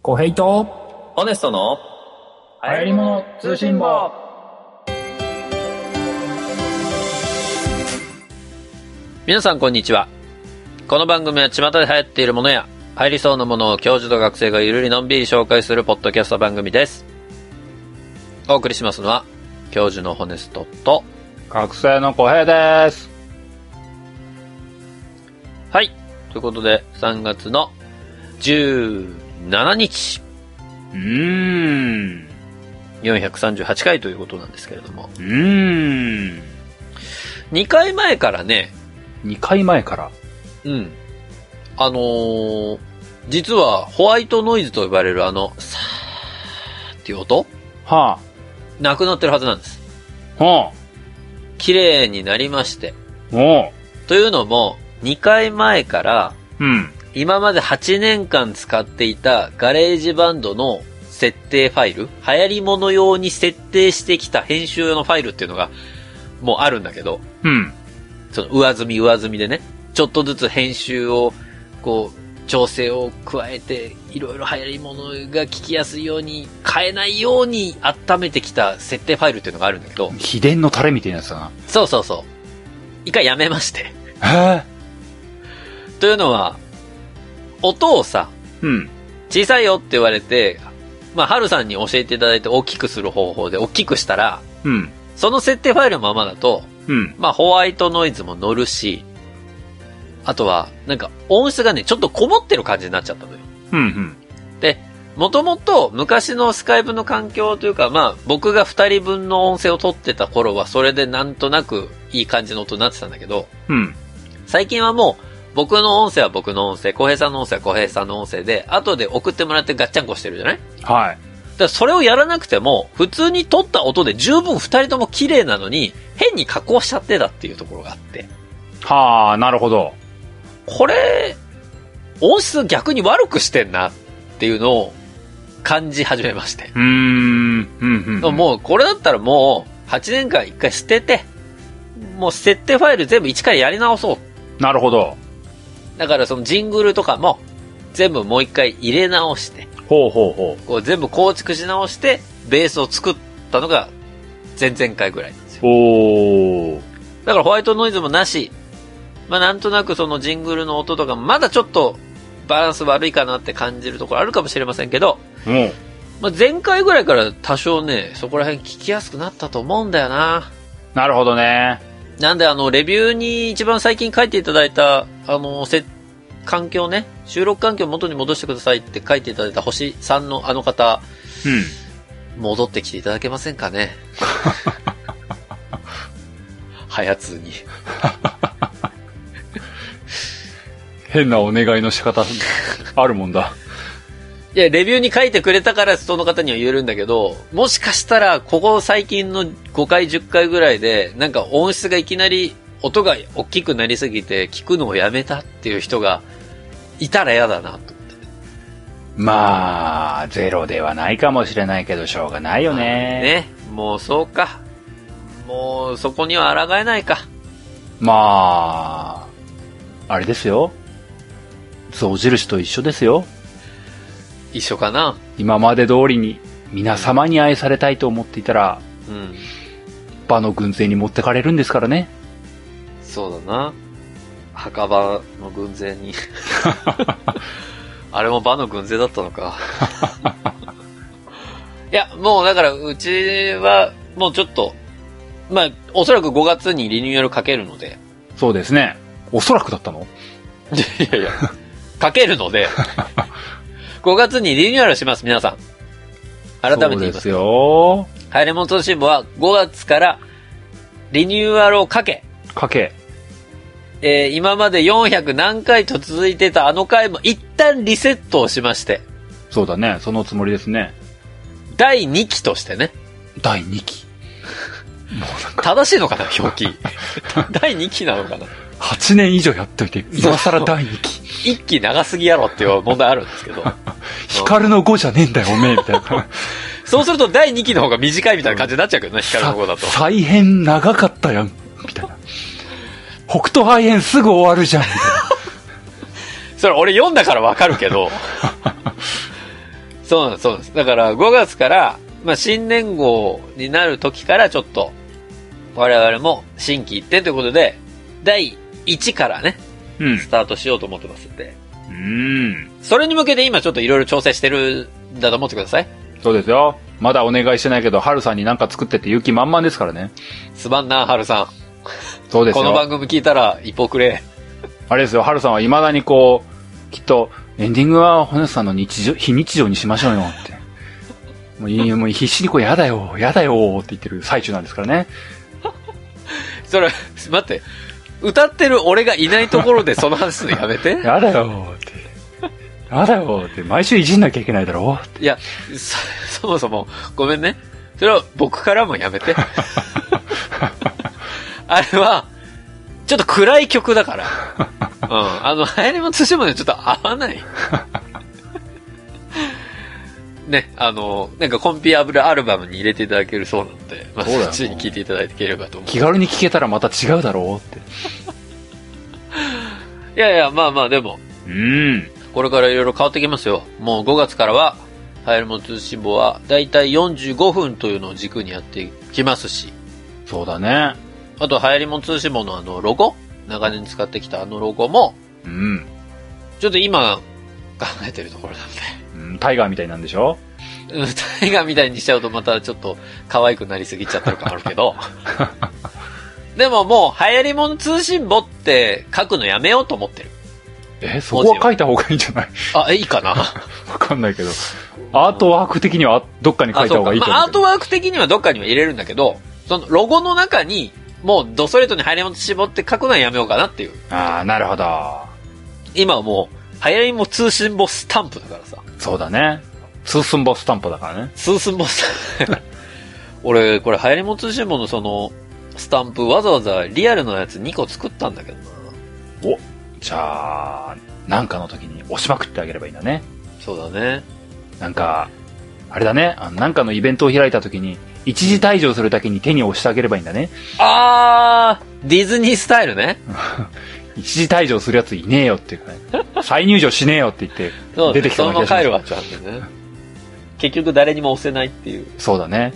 小平とオネストの流行り物通信簿皆さんこんにちは。この番組は巷で流行っているものや、入りそうなものを教授と学生がゆるりのんびり紹介するポッドキャスト番組です。お送りしますのは、教授のホネストと、学生の小平です。はい。ということで、3月の17日、うーん。 438回ということなんですけれども、うーん。 2回前からね、 2回前から。うん。あのー、実はホワイトノイズと呼ばれるあの、さーっていう音はなくなってるはずなんです。あ。は綺麗になりまして。あ。おう。というのも、2回前から、うん。今まで8年間使っていたガレージバンドの設定ファイル、流行り物用に設定してきた編集用のファイルっていうのが、もうあるんだけど、うん。その上積み上積みでね、ちょっとずつ編集を、こう、調整を加えて、いろいろ流行りものが聞きやすいように、変えないように温めてきた設定ファイルっていうのがあるんだけど、秘伝のタレみたいなやつだそうそうそう。一回やめまして。 な。へえ。というのは、音をさ、うん。小さいよって言われて、まあ、はるさんに教えていただいて大きくする方法で大きくしたら、うん。その設定ファイルのままだと、うん。まあ、ホワイトノイズも乗るし、あとは、なんか、音質がね、ちょっとこもってる感じになっちゃったのよ。うん。うん。で、もともと昔のスカイブの環境というか、まあ、僕が二人分の音声を取ってた頃は、それでなんとなくいい感じの音になってたんだけど、うん。最近はもう、僕の音声は僕の音声、小平さんの音声は小平さんの音声で、後で送ってもらってガッチャンコしてるじゃないはい。だからそれをやらなくても、普通に撮った音で十分二人とも綺麗なのに、変に加工しちゃってたっていうところがあって。はあ、なるほど。これ、音質逆に悪くしてんなっていうのを感じ始めまして。うーん。うん。うん。もうこれだったらもう8年間一回捨てて、もう設定ファイル全部一からやり直そう。なるほど。だからそのジングルとかも全部もう一回入れ直して、ほうほうほこう全部構築し直して、ベースを作ったのが前々回ぐらいなんですよ。う。おー。だからホワイトノイズもなし、まあなんとなくそのジングルの音とかまだちょっとバランス悪いかなって感じるところあるかもしれませんけど、おう。まあ、前回ぐらいから多少ね、そこら辺聞きやすくなったと思うんだよな。なるほどね。なんであの、レビューに一番最近書いていただいた、あの、せ、環境ね、収録環境を元に戻してくださいって書いていただいた星3のあの方、うん。戻ってきていただけませんかね。はやつに。変なお願いの仕方、あるもんだ。いや、レビューに書いてくれたからその方には言えるんだけど、もしかしたら、ここ最近の5回、10回ぐらいで、なんか音質がいきなり、音が大きくなりすぎて、聞くのをやめたっていう人が、いたら嫌だなと。まあ、ゼロではないかもしれないけど、しょうがないよね。ね。もうそうか。もう、そこには抗えないか。まあ、あれですよ。象印と一緒ですよ。一緒かな。今まで通りに、皆様に愛されたいと思っていたら、うん。場の軍勢に持ってかれるんですからね。そうだな。墓場の軍勢 に。あれも場の軍勢だったのか。いや、もうだから、うちは、もうちょっと、まあ、おそらく5月にリニューアルかけるので。そうですね。おそらくだったのいやいや、かけるの で、5月にリニューアルします、皆さん。改めて言いそうでますす。よ。ハイレモン通信部は5月からリニューアルをかけ、かけ。えー今まで400何回と続いてたあの回も一旦リセットをしまして、そうだね。そのつもりですね。第2期としてね、第2期。もうなんか、正しいのかな、表記。第2期なのかな。 8年以上やっといて、今更第2期。 1期長すぎやろっていう問題あるんですけど、光の5じゃねえんだよ、おめえ、みたいな。そうすると第2期の方が短いみたいな感じになっちゃうけどね、光の方だと。さ再編長かったやん、みたいな。北斗肺炎すぐ終わるじゃん、みたいな。それ俺読んだからわかるけど、そうなんです、そうなんです。だから5月から、まあ、新年号になる時からちょっと、我々も新規一点ということで、第1からね、うん。スタートしようと思ってますんで。うん。それに向けて今ちょっといろいろ調整してるんだと思ってください。そうですよ。まだお願いしてないけど、ハルさんになんか作ってって勇気満々ですからね。すまんな、はるさそうでん。すこのよ。番組聞いたら一歩くれ。あれですよ、ハルさんは未だにこう、きっと、エンディングはホネスさんの日常、非日常にしましょうよって。もういいよ、もう必死にこう、やだよ、やだよって言ってる最中なんですからね。それ、待って。歌ってる俺がいないところでその話するのやめて。やだよって。やだよって、毎週いじんなきゃいけないだろいや、そ、そ もそも、ごめんね。それは僕からもやめ て。あれは、ちょっと暗い曲だから。うん。あの、流行りも通信もね、ちょっと合わない。 ね、あの、なんかコンピアブルアルバムに入れていただけるそうなので、まあ、そうだよそっちに聴いていただければと思う。気軽に聞けたらまた違うだろうって。いやいや、まあまあ、でも、うん。これからいろいろ変わってきますよ。もう5月からは、流行りも通信簿は、だいたい45分というのを軸にやっていきますし、そうだね。あと、流行りもん通信簿のあの、ロゴ長年使ってきたあのロゴも、うん。ちょっと今、考えてるところなんうんタイガーみたいなんでしょで。うんタイガーみたいにしちゃうとまたちょっと可愛くなりすぎちゃってる感あるけ ど。でももう、流行りもん通信簿って書くのやめようと思ってる。え、そこは書いた方がいいんじゃない あ、えいいかなわかんないけど。アートワーク的にはどっかに書あ、いたそう方か。がいいとま思う。あ、アートワーク的にはどっかには入れるんだけど、そのロゴの中に、もうドストレートに流行りもん通信簿って書くのはやめようかなっていう。ああ、なるほど。今はもう、流行りもん通信簿スタンプだからさ。そうだね。ツースンボスタンプだからね。スースンボス。 俺、これ、流行りもん通信簿のその、スタンプ、わざわざリアルのやつ2個作ったんだけどな。お、じゃあ、なんかの時に押しまくってあげればいいんだね。そうだね。なんか、あれだね。あのなんかのイベントを開いた時に、一時退場するだけに手に押してあげればいいんだね。あー、ディズニースタイルね。一時退場するやついねえよっていうかね。再入場しねえよって言ってそう、出てきたそのまわけま帰じゃないるわ、ちゃんとね。結局誰にも押せないっていう。そうだね。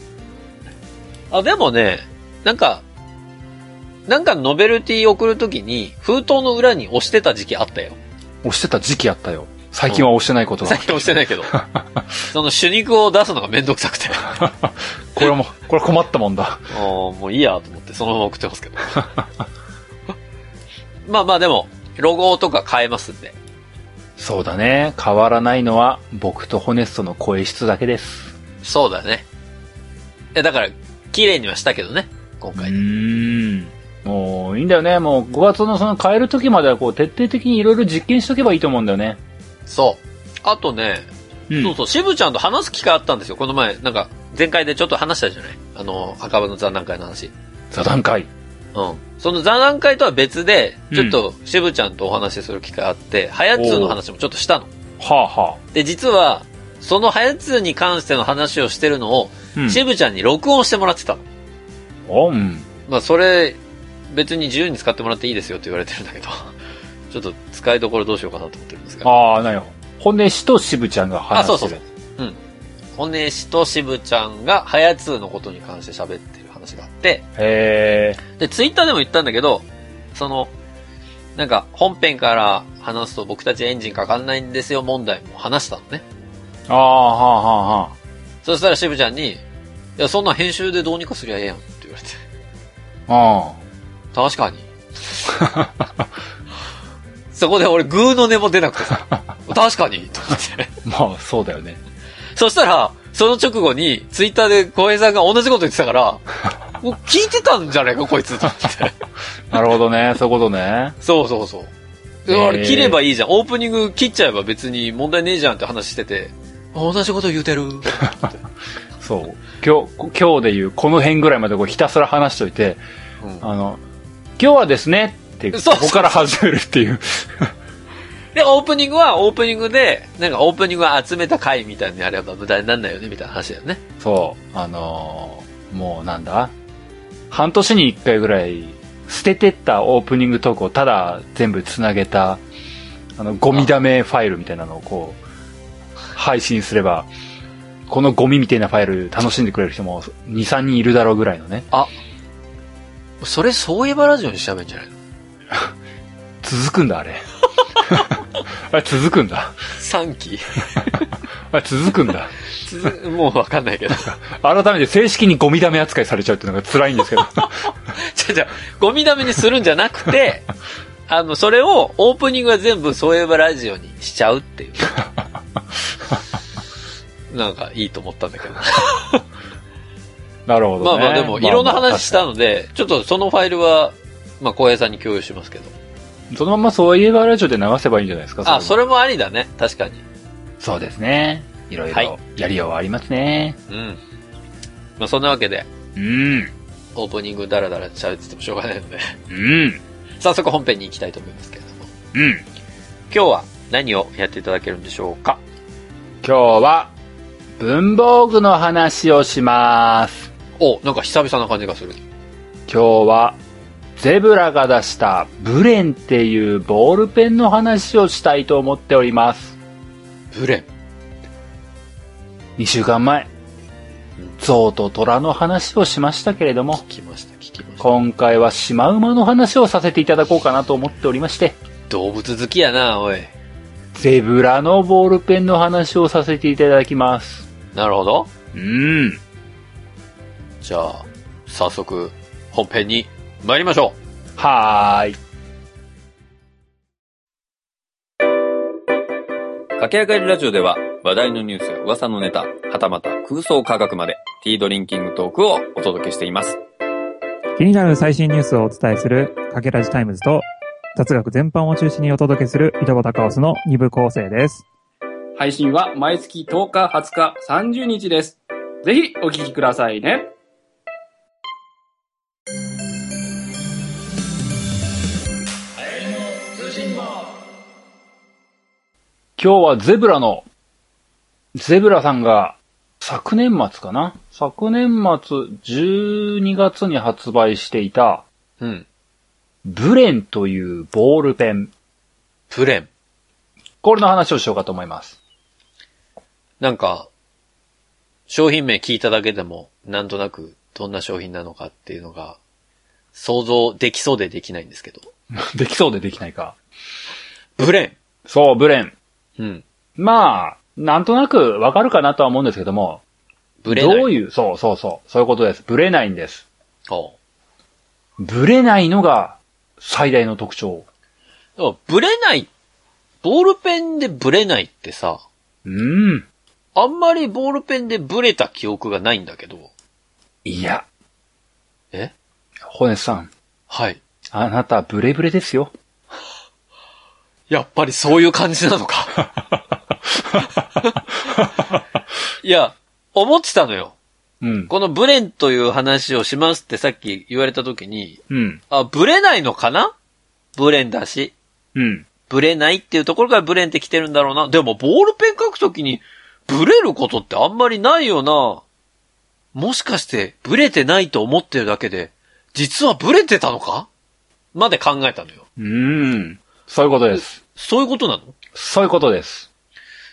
あ、でもね、なんか、なんかノベルティ送るときに、封筒の裏に押してた時期あったよ。押してた時期あったよ。最近は押してないことが最。近押してない けど。その主肉を出すのがめんどくさくて。これはもう、これは困ったもんだ。あーもういいやと思ってそのまま送ってますけど。 まあまあでも、ロゴとか変えますんで。そうだね。変わらないのは、僕とホネストの声質だけです。そうだね。え、だから、綺麗にはしたけどね、今う回。ーん。もう、いいんだよね。もう、5月のその変える時までは、こう、徹底的にいろいろ実験しとけばいいと思うんだよね。そう。あとね、うそう。そう、渋ちゃんと話す機会あったんですよ。この前、なんか、前回でちょっと話したじゃないあの、赤羽の座談会の話。座談会。うん。その座談会とは別で、うんちょっと渋ちゃんとお話しする機会あって、ハヤツーの話もちょっとしたの。はあはで、実は、そのハヤツーに関しての話をしてるのを、あ。うん。しぶちゃんに録音してもらってたの。おうん。まあ、それ、別に自由に使ってもらっていいですよって言われてるんだけど、 ちょっと使いどころどうしようかなと思ってるんですが。ああ、なるほど。ホネスと渋ちゃんが話してる。あそうそう骨しとしぶちゃんが、はやつーのことに関して喋ってる話があって、へえ。で、ツイッターでも言ったんだけど、その、なんか、本編から話すと僕たちエンジンかかんないんですよ問題も話したのね。ああ、はあはあはあ。そしたらしぶちゃんに、いや、そんなん編集でどうにかすりゃええやんって言われて。あ確かに。そこで俺、グーの音も出なくて さ、確かにと思って。あ。まあ、そうだよね。そしたら、その直後に、ツイッターで浩平さんが同じこと言ってたから、もう聞いてたんじゃないか、こいつと思って。なるほどね。そういうことね。そうそうそう。へーあれ、切ればいいじゃん。オープニング切っちゃえば別に問題ねえじゃんって話してて、あ同じこと言うてる。そう。今日、今日でいう、この辺ぐらいまでこうひたすら話しといて、うんあの、今日はですね、って、こそうそうこから始めるっていう。で、オープニングはオープニングで、なんかオープニングは集めた回みたいにやれば無駄になんないよね、みたいな話だよね。そう。あのーもうなんだ半年に一回ぐらい、捨ててったオープニングトークをただ全部つなげた、あの、ゴミダメファイルみたいなのをこう、配信すれば、このゴミみたいなファイル楽しんでくれる人も2、3人いるだろうぐらいのね。それ、そういえばラジオにしちゃえばいいんじゃないの続くんだ、あれ。 あれ続くんだ。 ?3 期 あれ続くんだ。続くもうわかんないけど。改めて正式にゴミダメ扱いされちゃうっていうのが辛いんで すけど。じゃじゃゴミダメにするんじゃなく て、あの、それをオープニングは全部そういえばラジオにしちゃうっていう。なんかいいと思ったんだけど。なるほまど、あね。まあでも、いろんな話したの。ので、ちょっとそのファイルは、まあ、浩平さんに共有しますけど。そのままそういえばラジオで流せばいいんじゃないですか。あ、それもありだね。確かに。そうですね。いろいはいろやりようはありますね。うん。まあ、そんなわけで、うん。オープニングダラダラ喋っててもしょうがないので、うん。早速本編に行きたいと思いますけれども。うん。今日は何をやっていただけるんでしょうか今日は、文房具の話をします。お、なんか久々な感じがする。今日は、ゼブラが出したブレンっていうボールペンの話をしたいと思っております。ブレン。 2週間前、象と虎の話をしましたけれども、聞きました、聞きました。今回はシマウマの話をさせていただこうかなと思っておりまして、動物好きやな、おい。ゼブラのボールペンの話をさせていただきます。なるほど。うん。じゃあ、早速、本編に参りましょう。はーい。駆け上がりラジオでは話題のニュースや噂のネタ、はたまた空想科学までティードリンキングトークをお届けしています。気になる最新ニュースをお伝えする、かけらじタイムズと、雑学全般を中心にお届けする、井戸端カオスの2部構成です。配信は毎月10日、20日、30日です。ぜひお聞きくださいね。今日はゼブラの、ゼブラさんが、昨年末かな昨年末、12月に発売していた、うん。ブレンというボールペン。ブレン。これの話をしようかと思います。 なんか、商品名聞いただけでも、なんとなく、どんな商品なのかっていうのが、想像できそうでできないんですけど。できそうでできないか。ブレそう、ブレン。ン。うん。まあ、なんとなくわかるかなとは思うんですけども、ブレない。どういう、そうそうそう、そういうことです。ブレないんです。おうブレないのが最大の特徴。でもブレない、ボールペンでブレないってさ、うん。あんまりボールペンでブレた記憶がないんだけど。いや。えホネスさん、はい。あなたブレブレですよ。やっぱりそういう感じなの か。いや、思ってたのよ。うん。このブレンという話をしますってさっき言われた時に、うん。あ、ブレないのかなブレンだし。うん。ブレないっていうところからブレンって来てるんだろうな。でも、ボールペン書くときに、ブレることってあんまりないよな。もしかして、ブレてないと思ってるだけで、実はブレてたのかまで考えたのよ。うーん。そういうことです。そういうことなのそういうことです。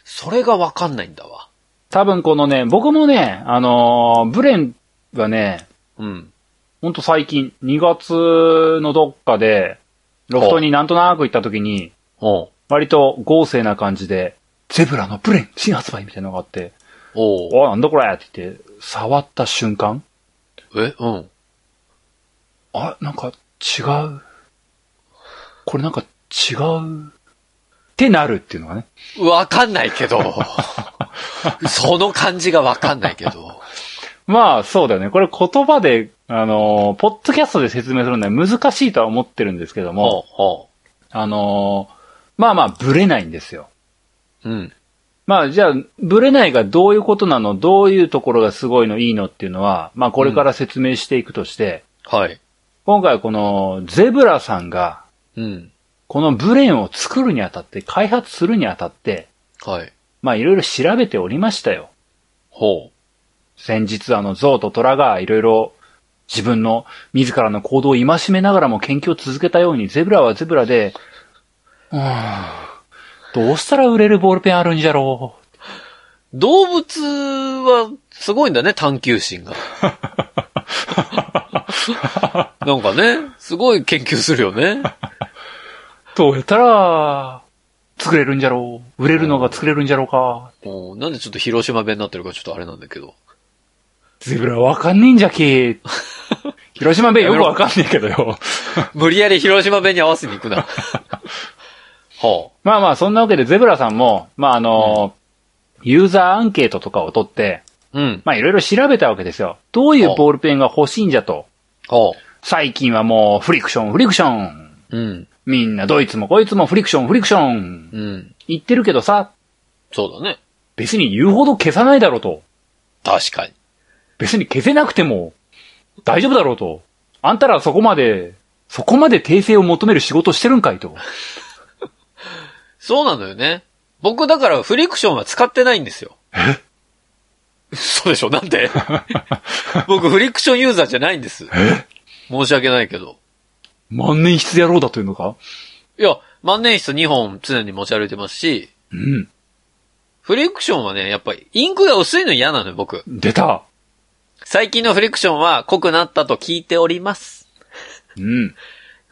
それがわかんないんだわ。多分このね、僕もね、あのーブレンがね、うん。ほんと最近、2月のどっかで、ロフトになんとなく行った時に、おう割と豪勢な感じで、ゼブラのブレン新発売みたいなのがあって、おうおなんだこれって言って、触った瞬間、えうん。あ、なんか違う。これなんか違う。ってなるっていうのがね。わかんないけど。 その感じがわかんないけど。まあ、そうだよね。これ言葉で、あのーポッドキャストで説明するのは難しいとは思ってるんですけどおうも、おあのーまあまあ、ブレないんですよ。ううん。まあ、じゃあ、ブレないがどういうことなの、どういうところがすごいの、いいのっていうのは、まあ、これから説明していくとして、はい。今回はこの、ゼブラさんが、うん。このブレンを作るにあたって、開発するにあたって、はい。まあ、いろいろ調べておりましたよ。ほ先日あの、象と虎がいろいろ自分の自らの行動を戒めながらも研究を続けたように、ゼブラはゼブラで、うーん、どうしたら売れるボールペンあるんじゃろう。動物はすごいんだね、探求心が。なんかね、すごい研究するよね。どうやったら、作れるんじゃろう売れるのが作れるんじゃろうかもうなんでちょっと広島弁になってるかちょっとあれなんだけど。ゼブラわかんねえんじゃけ広島弁よくわかんねえけどよ。無理やり広島弁に合わせに行くな。はまあまあ、そんなわけでゼブラさんも、まああの、ユーザーアンケートとかを取って、あ。うん。まあいろいろ調べたわけですよ。どういうボールペンが欲しいんじゃと。はあ。最近はもうフリクション、フリクション。うん。みんなどいつもこいつもフリクション、フリクション。うん。言ってるけどさ、そうだね。別に言うほど消さないだろうと。確かに。別に消せなくても大丈夫だろうと。あんたらそこまで、そこまで訂正を求める仕事してるんかいと。そうなのよね。僕だからフリクションは使ってないんですよ。えそうでしょなんで僕フリクションユーザーじゃないんです。申し訳ないけど。万年筆野郎だというのかいや、万年筆2本常に持ち歩いてますし、うん。フリクションはね、やっぱりインクが薄いの嫌なのよ、僕。出た。最近のフリクションは濃くなったと聞いております。うん。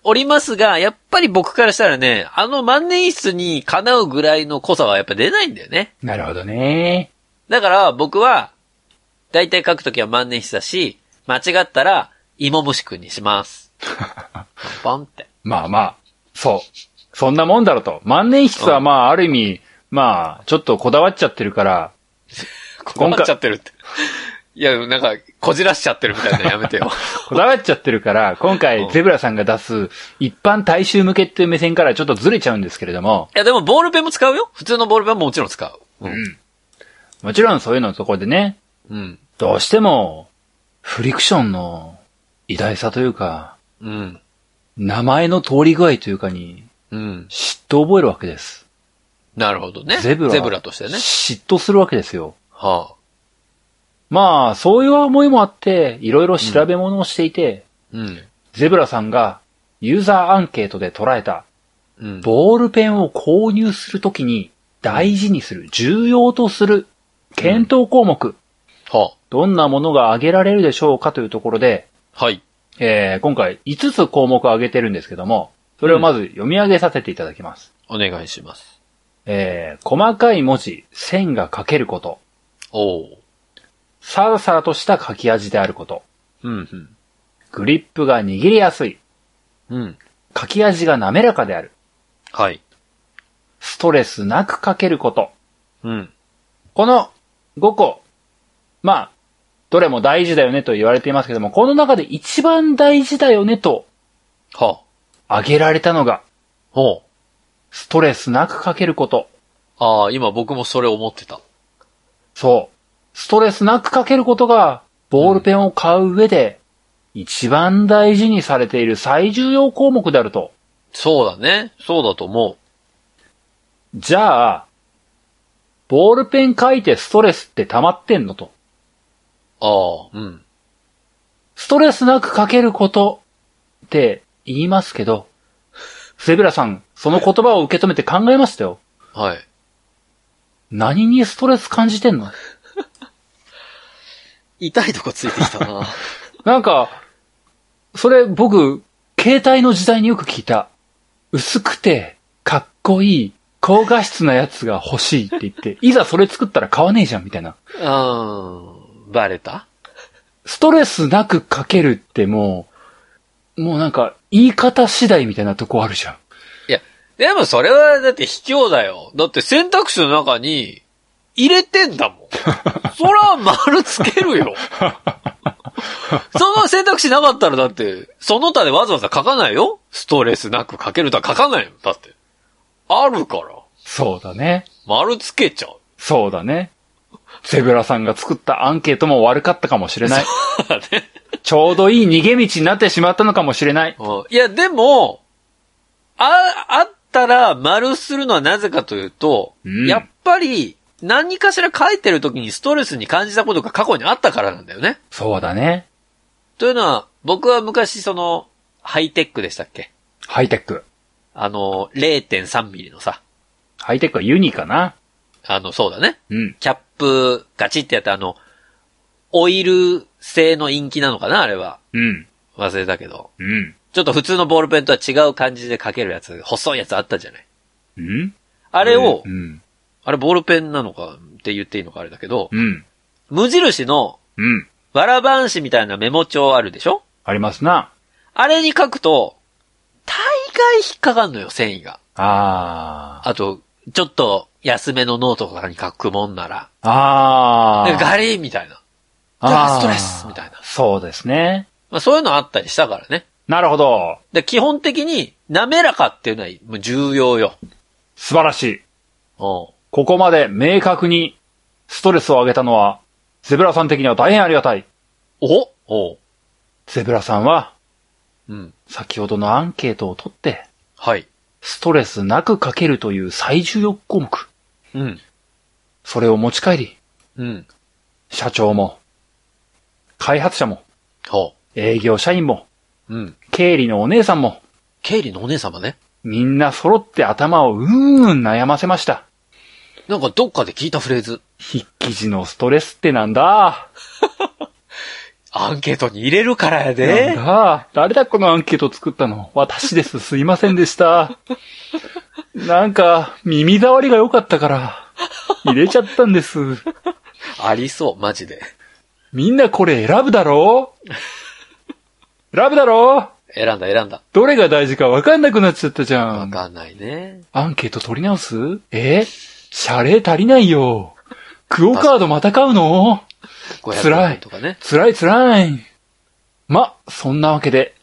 おりますが、やっぱり僕からしたらね、あの万年筆にかなうぐらいの濃さはやっぱ出ないんだよね。なるほどね。だから僕は、だいたい書くときは万年筆だし、間違ったら、芋虫くんにします。パンって。まあまあ、そう。そんなもんだろうと。万年筆はまあ、ある意味、まあ、ちょっとこだわっちゃってるから、こんっちゃってるって。いや、なんか、こじらしちゃってるみたいなのやめてよ。こだわっちゃってるから、今う回んゼブラさんが出す一般大衆向けっていう目線からちょっとずれちゃうんですけれども、いや、でもボールペンも使うよ。普通のボールペンももちろん使う。うん。もちろんそういうのとこでね、うん。どうしても、フリクションの偉大さというか、うん。名前の通り具合というかに、うん。嫉妬を覚えるわけです。なるほどね。ゼブラ。としてね。嫉妬するわけですよ。はあ。まあ、そういう思いもあって、いろいろ調べ物をしていて、うん。ゼブラさんがユーザーアンケートで捉えた、うん。ボールペンを購入するときに大事にする、重要とする、検討項目、はどんなものが挙げられるでしょうかというところで、あ。はい。えー今回5つ項目を挙げてるんですけども、それをまず読み上げさせていただきます。お願いします。えー細かい文字、線が書けること、おう。サラサラとした書き味であること、うん。うん。グリップが握りやすい、うん。書き味が滑らかである、はい。ストレスなく書けること、うん。この5個、まあ、どれも大事だよねと言われていますけども、この中で一番大事だよねとは挙げられたのが、あ。ほう。ストレスなく書けること。ああ、今僕もそれ思ってた。そう。ストレスなく書けることが、ボールペンを買う上で、一番大事にされている最重要項目であると。そうだね。そうだと思じゃあ、ボールペン書いてストレスって溜まってんのと。う。ああ、うん。ストレスなく書けることって言いますけど、セブラさん、その言葉を受け止めて考えましたよ。はい。何にストレス感じてんの痛いとこついてきた な。なんか、それ僕、携帯の時代によく聞いた。薄くて、かっこいい、高画質なやつが欲しいって言って、いざそれ作ったら買わねえじゃんみたいな。うん。バレたストレスなく書けるってもう、もうなんか、言い方次第みたいなとこあるじゃん。でもそれはだって卑怯だよ。だって選択肢の中に入れてんだもん。 そら丸つけるよ。その選択肢なかったらだって、その他でわざわざ書かないよ。ストレスなく書けるとは書かないよ。だって。あるから。そうだね。丸つけちゃう。そうだね。ゼブラさんが作ったアンケートも悪かったかもしれない。だね。ちょうどいい逃げ道になってしまったのかもしれない。うんいや、でも、あ、あったら丸するのはなぜかというと、うんやっぱり何かしら書いてる時にストレスに感じたことが過去にあったからなんだよね。そうだね。というのは、僕は昔その、ハイテックでしたっけハイテック。あの、0.3ミリのさ、ハイテックはユニかな。あの、そうだね。うん。キャップガチってやったあの、オイル製のインキなのかなあれは。うん。忘れたけど。うん。ちょっと普通のボールペンとは違う感じで書けるやつ、細いやつあったじゃない。うん。あれを、うん。あれボールペンなのかって言っていいのかあれだけど、うん。無印のうん。わらばんしみたいなメモ帳あるでしょありますな。あれに書くと、大概引っかかんのよ、繊維が。ああと、ちょっと安めのノートとかに書くもんなら、あ。あなんあ。かガリーみたいな。あーストレスみたいなそうですね。まあそういうのあったりしたからね。なるほど。で、基本的に滑らかっていうのはもう重要よ。素晴らしい。うん。ここまで明確にストレスを上げたのは、ゼブラさん的には大変ありがたい。おおうゼブラさんは、うん。先ほどのアンケートを取って、はい。ストレスなく書けるという最重要項目。うん。それを持ち帰り、うん。社長も、開発者も、ほ営業社員も、う。うん。経理のお姉さんも、経理のお姉様ね。みんな揃って頭をうーん悩ませました。なんかどっかで聞いたフレーズ。筆記時のストレスってなんだアンケートに入れるからやなでん。だ誰だこのアンケート作ったの私です。すいませんでした。なんか、耳障りが良かったから、入れちゃったんです。ありそう、マジで。みんなこれ選ぶだろ う選ぶだろう選んだ、選んだ。どれが大事か分かんなくなっちゃったじゃわん。かんないね。アンケート取り直すえ謝礼足りないよ。クオカードまた買うの500円とかね。辛い辛い。ま、そんなわけで、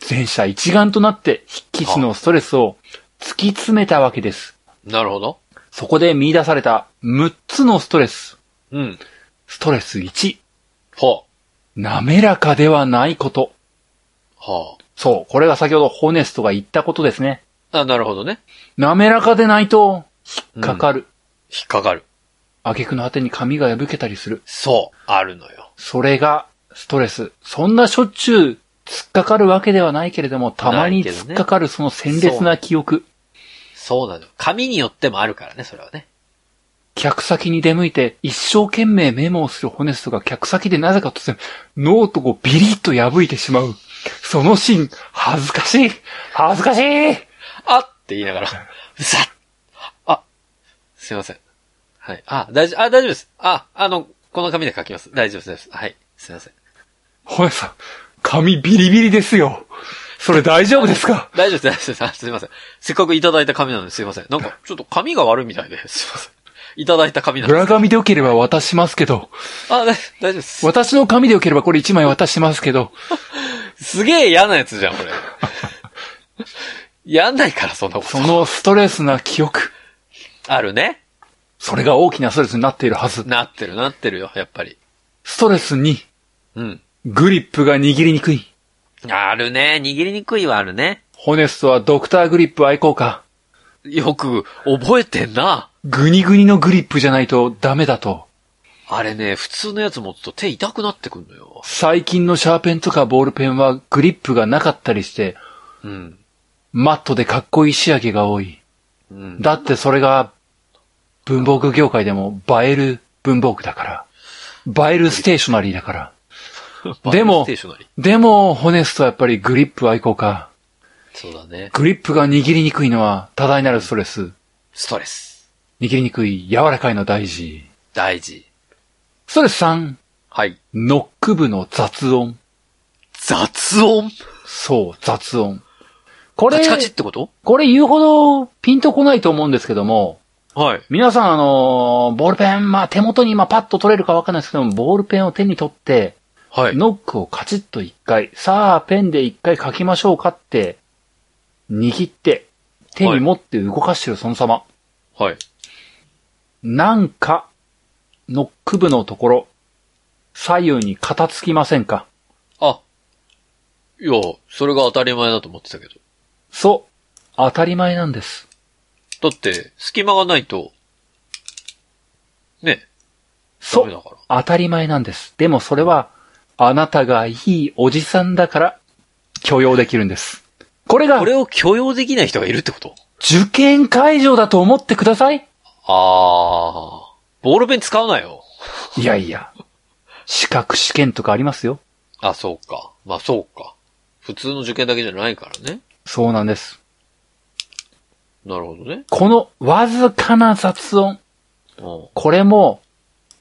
全社一丸となって筆記値のストレスを突き詰めたわけです。なるほど。そこで見出された6つのストレス。うん。ストレス1、ほう。滑らかではないこと。はそう、これが先ほどホネストが言ったことですね。あ。あ、なるほどね。滑らかでないと、引っかかる。引っかかる。挙句の果てに髪が破けたりする。そう、あるのよ。それがストレス。そんなしょっちゅう突っかかるわけではないけれども、たまにないけど突ねっかかるその鮮烈な記憶。そうなの。紙によってもあるからね、それはね。客先に出向いて一生懸命メモをするホネストが客先でなぜか突然ノートをビリッと破いてしまう。そのシーン、恥ずかしい恥ずかしいあって言いながら、 うさっあ、すいません。はい。あ、大丈夫、あ、大丈夫です。あ、あの、この紙で書きます。大丈夫です。はい。すいません。ホネストさん、髪ビリビリですよ。それ大丈夫ですか大丈夫です、大丈夫ですあ。すいません。せっかくいただいた紙なのにすいません。なんか、ちょっと紙が悪いみたいで、すいません。いただいた紙なブの。あ、ラ紙でよければ渡しますけど、大大丈夫です。私の紙でよければこれ一枚渡しますけど、すげえ嫌なやつじゃん、これ。 やんないから、そんなこそと。のストレスな記憶、あるね。それが大きなストレスになっているはず。なってる、なってるよ、やっぱり。ストレスにうん。グリップが握りにくい。あるね。握りにくいはあるね。ホネストはドクターグリップ愛好家。よく覚えてんな。グニグニのグリップじゃないとダメだと。あれね、普通のやつ持つと手痛くなってくんのよ。最近のシャーペンとかボールペンはグリップがなかったりして、うん。マットでかっこいい仕上げが多い。うん。だってそれが、文房具業界でも映える文房具だから。映えるステーショナリーだから。でもステーショナリーでも、ホネストはやっぱりグリップ愛好家。そうだね。グリップが握りにくいのは多大なるストレス。ストレス。握りにくい、柔らかいの大事。大事。ストレス3、はい。ノック部の雑音。雑音そう、雑音。こカれチ、カチってことこれ言うほどピンとこないと思うんですけども、はい。皆さんあのーボールペン、まあ手元に今パッと取れるかわかんないですけども、ボールペンを手に取って、はい。ノックをカチッと一回、さあペンで一回書きましょうかって、握って、手に持って動かしてるその様。はい。なんか、ノック部のところ、左右に片付きませんかあ。いや、それが当たり前だと思ってたけど。そう、当たり前なんです。だって、隙間がないと、ね、そダうメ、だから。当たり前なんです。でもそれは、あなたがいいおじさんだから、許容できるんです。これがこ、れを許容できない人がいるってこと受験会場だと思ってください。あボールペン使うなよ。いやいや。資格試験とかありますよ。あ、そうか。まあそうか。普通の受験だけじゃないからね。そうなんです。なるほどね。このわずかな雑音。うん。これも、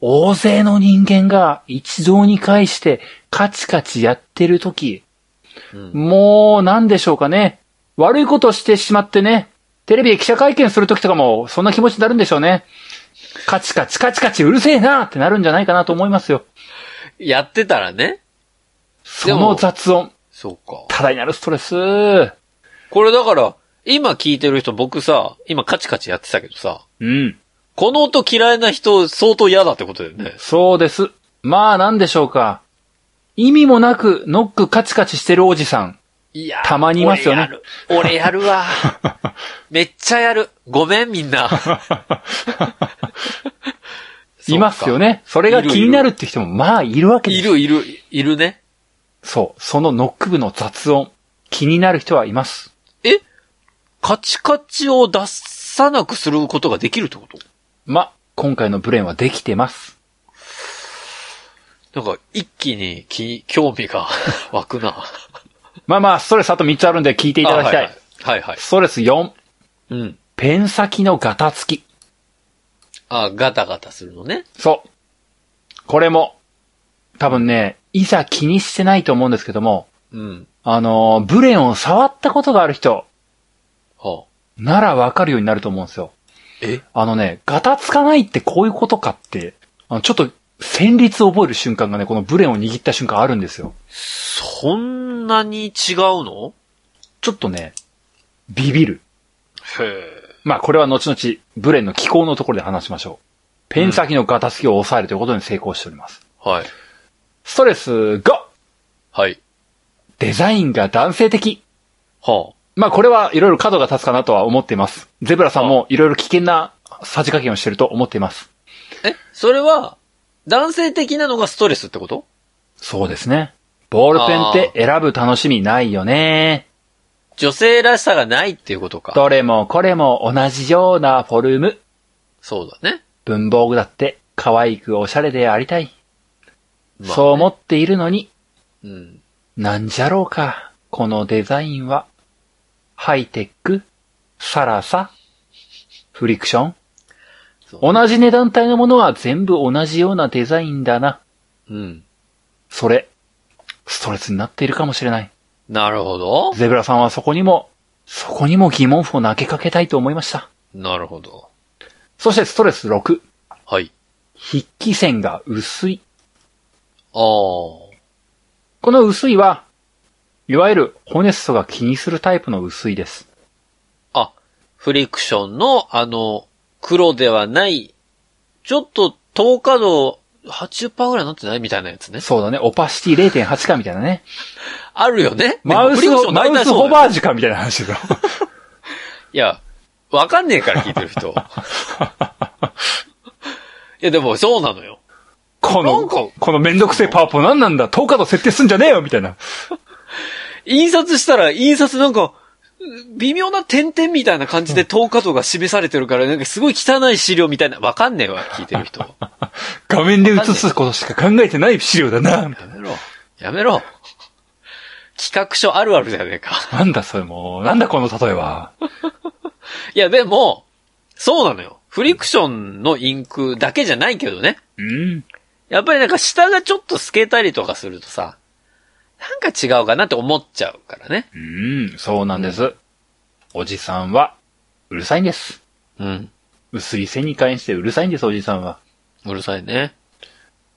大勢の人間が一堂に会してカチカチやってる時、うん。もう何でしょうかね。悪いことをしてしまってね、テレビで記者会見する時とかもそんな気持ちになるんでしょうね。カチカチカチカチうるせえなってなるんじゃないかなと思いますよ。やってたらね。その雑音、そうか。多大なるストレス。これだから、今聞いてる人僕さ、今カチカチやってたけどさ、うん。この音嫌いな人相当嫌だってことだよね。そうです。まあなんでしょうか。意味もなくノックカチカチしてるおじさん。いやーたまにいますよ俺ねやる。俺やる わ。めっちゃやる。ごめんみんな。いますよね。それが気になるって人もまあいるわけそうでか。すいるいる、いるね。そう。そのノック部の雑音。気になる人はいます。カチカチを出さなくすることができるってことま、今回のブレンはできてます。なんか、一気にき興味が 湧くな。まあまあ、ストレスあと3つあるんで聞いていただきたい。あはいはい。はいはい。ストレス4。うん。ペン先のガタつき。あ、ガタガタするのね。そう。これも、多分ね、いざ気にしてないと思うんですけども、うん。あのーブレンを触ったことがある人はならわかるようになると思うんですよ。えあのね、ガタつかないってこういうことかって、あのちょっと旋律を覚える瞬間がね、このブレンを握った瞬間あるんですよ。そんなに違うのちょっとね、ビビる。へえ。まあこれは後々、ブレンの機構のところで話しましょう。ペン先のガタつきを抑えるということに成功しております。はい。ストレス5、はい。デザインが男性的。はまあこれはいろいろ角が立つかなとは思っています。ゼブラさんもいろいろ危険なさじ加減をしてると思っています。あ。え、それは、男性的なのがストレスってことそうですね。ボールペンって選ぶ楽しみないよね。女性らしさがないっていうことか。どれもこれも同じようなフォルム。そうだね。文房具だって可愛くおしゃれでありたい。まあねそう思っているのに、うん。なんじゃろうか。このデザインは、ハイテック、サラサ、フリクション。そう同じ値段帯のものは全部同じようなデザインだな。うん。それ、ストレスになっているかもしれない。なるほど。ゼブラさんはそこにも、そこにも疑問符を投げかけたいと思いました。なるほど。そしてストレス6、はい。筆記線が薄い。ああ。この薄いは、いわゆるホネストが気にするタイプの薄いです。あ、フリクションの、あの、黒ではない、ちょっと、透過度80%ぐらいになってないみたいなやつね。そうだね、オパシティ0.8かみたいなね。あるよね。マウでスもフリクショホ、ンマ大ウ体スそホうだよバージュかみたいな 話だよ。いや、わかんねえから聞いてる 人。いや、でもそうなのよ。こなの、んかこのめんどくせえパワポ何なんだ ?10 日と設定すんじゃねえよみたいな。印刷したら、印刷なんか、微妙な点々みたいな感じで透過度が示されてるから、なんかすごい汚い資料みたいな。わかんねえわ、聞いてる人。や画面で映すことしか考えてない資料だな。みたいめろ。やめろ。企画書あるあるじゃねえか。ななんだそれもう、なんだこの例えは。いや、でも、そうなのよ。フリクションのインクだけじゃないけどね。うん。やっぱりなんか下がちょっと透けたりとかするとさ、なんか違うかなって思っちゃうからね。うん、そうなんです。おじさんは、うるさいんです。うん。薄い線に関してうるさいんです、おじさんは。うるさいね。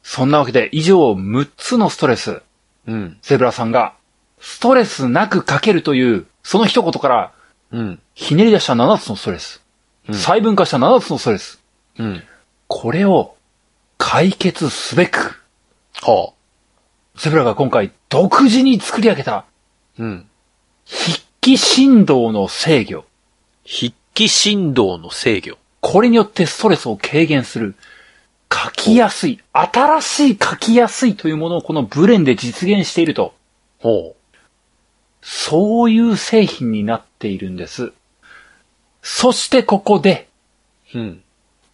そんなわけで、以上6つのストレス、うん。ゼブラさんが、ストレスなく書けるという、その一言から、うん。ひねり出した7つのストレス、うん細分化した7つのストレス、うん。これを解決すべく、はゼブラが今回独自に作り上げたあ。うん。筆記振動の制御。筆記振動の制御。これによってストレスを軽減する。書きやすい、新しい書きやすいというものをこのブレンで実現していると。ほそういう製品になっているんです。そしてここで、う。うん。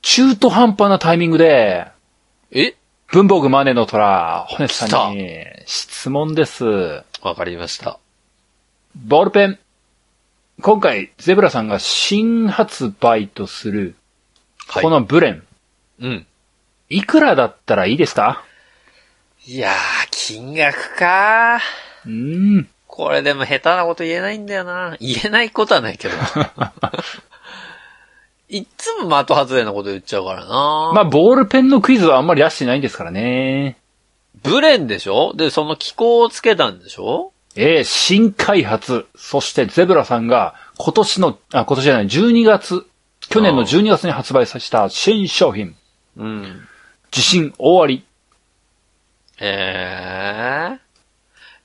中途半端なタイミングで、え文房具マネの虎、ホネスさんに質問です。わかりました。ボールペン。今回、ゼブラさんが新発売とする、はい。このブレン、うん。いくらだったらいいですかいやー、金額かー。うーん。これでも下手なこと言えないんだよな。言えないことは ないけど。いっつも的外れなこと言っちゃうからな。まあ、ボールペンのクイズはあんまり出してないんですからね。ブレンでしょで、その気候をつけたんでしょえー新開発。そしてゼブラさんが今年の、あ、今年じゃない、12月、去年の12月に発売させた新商品、うん。自信大あり。ええー。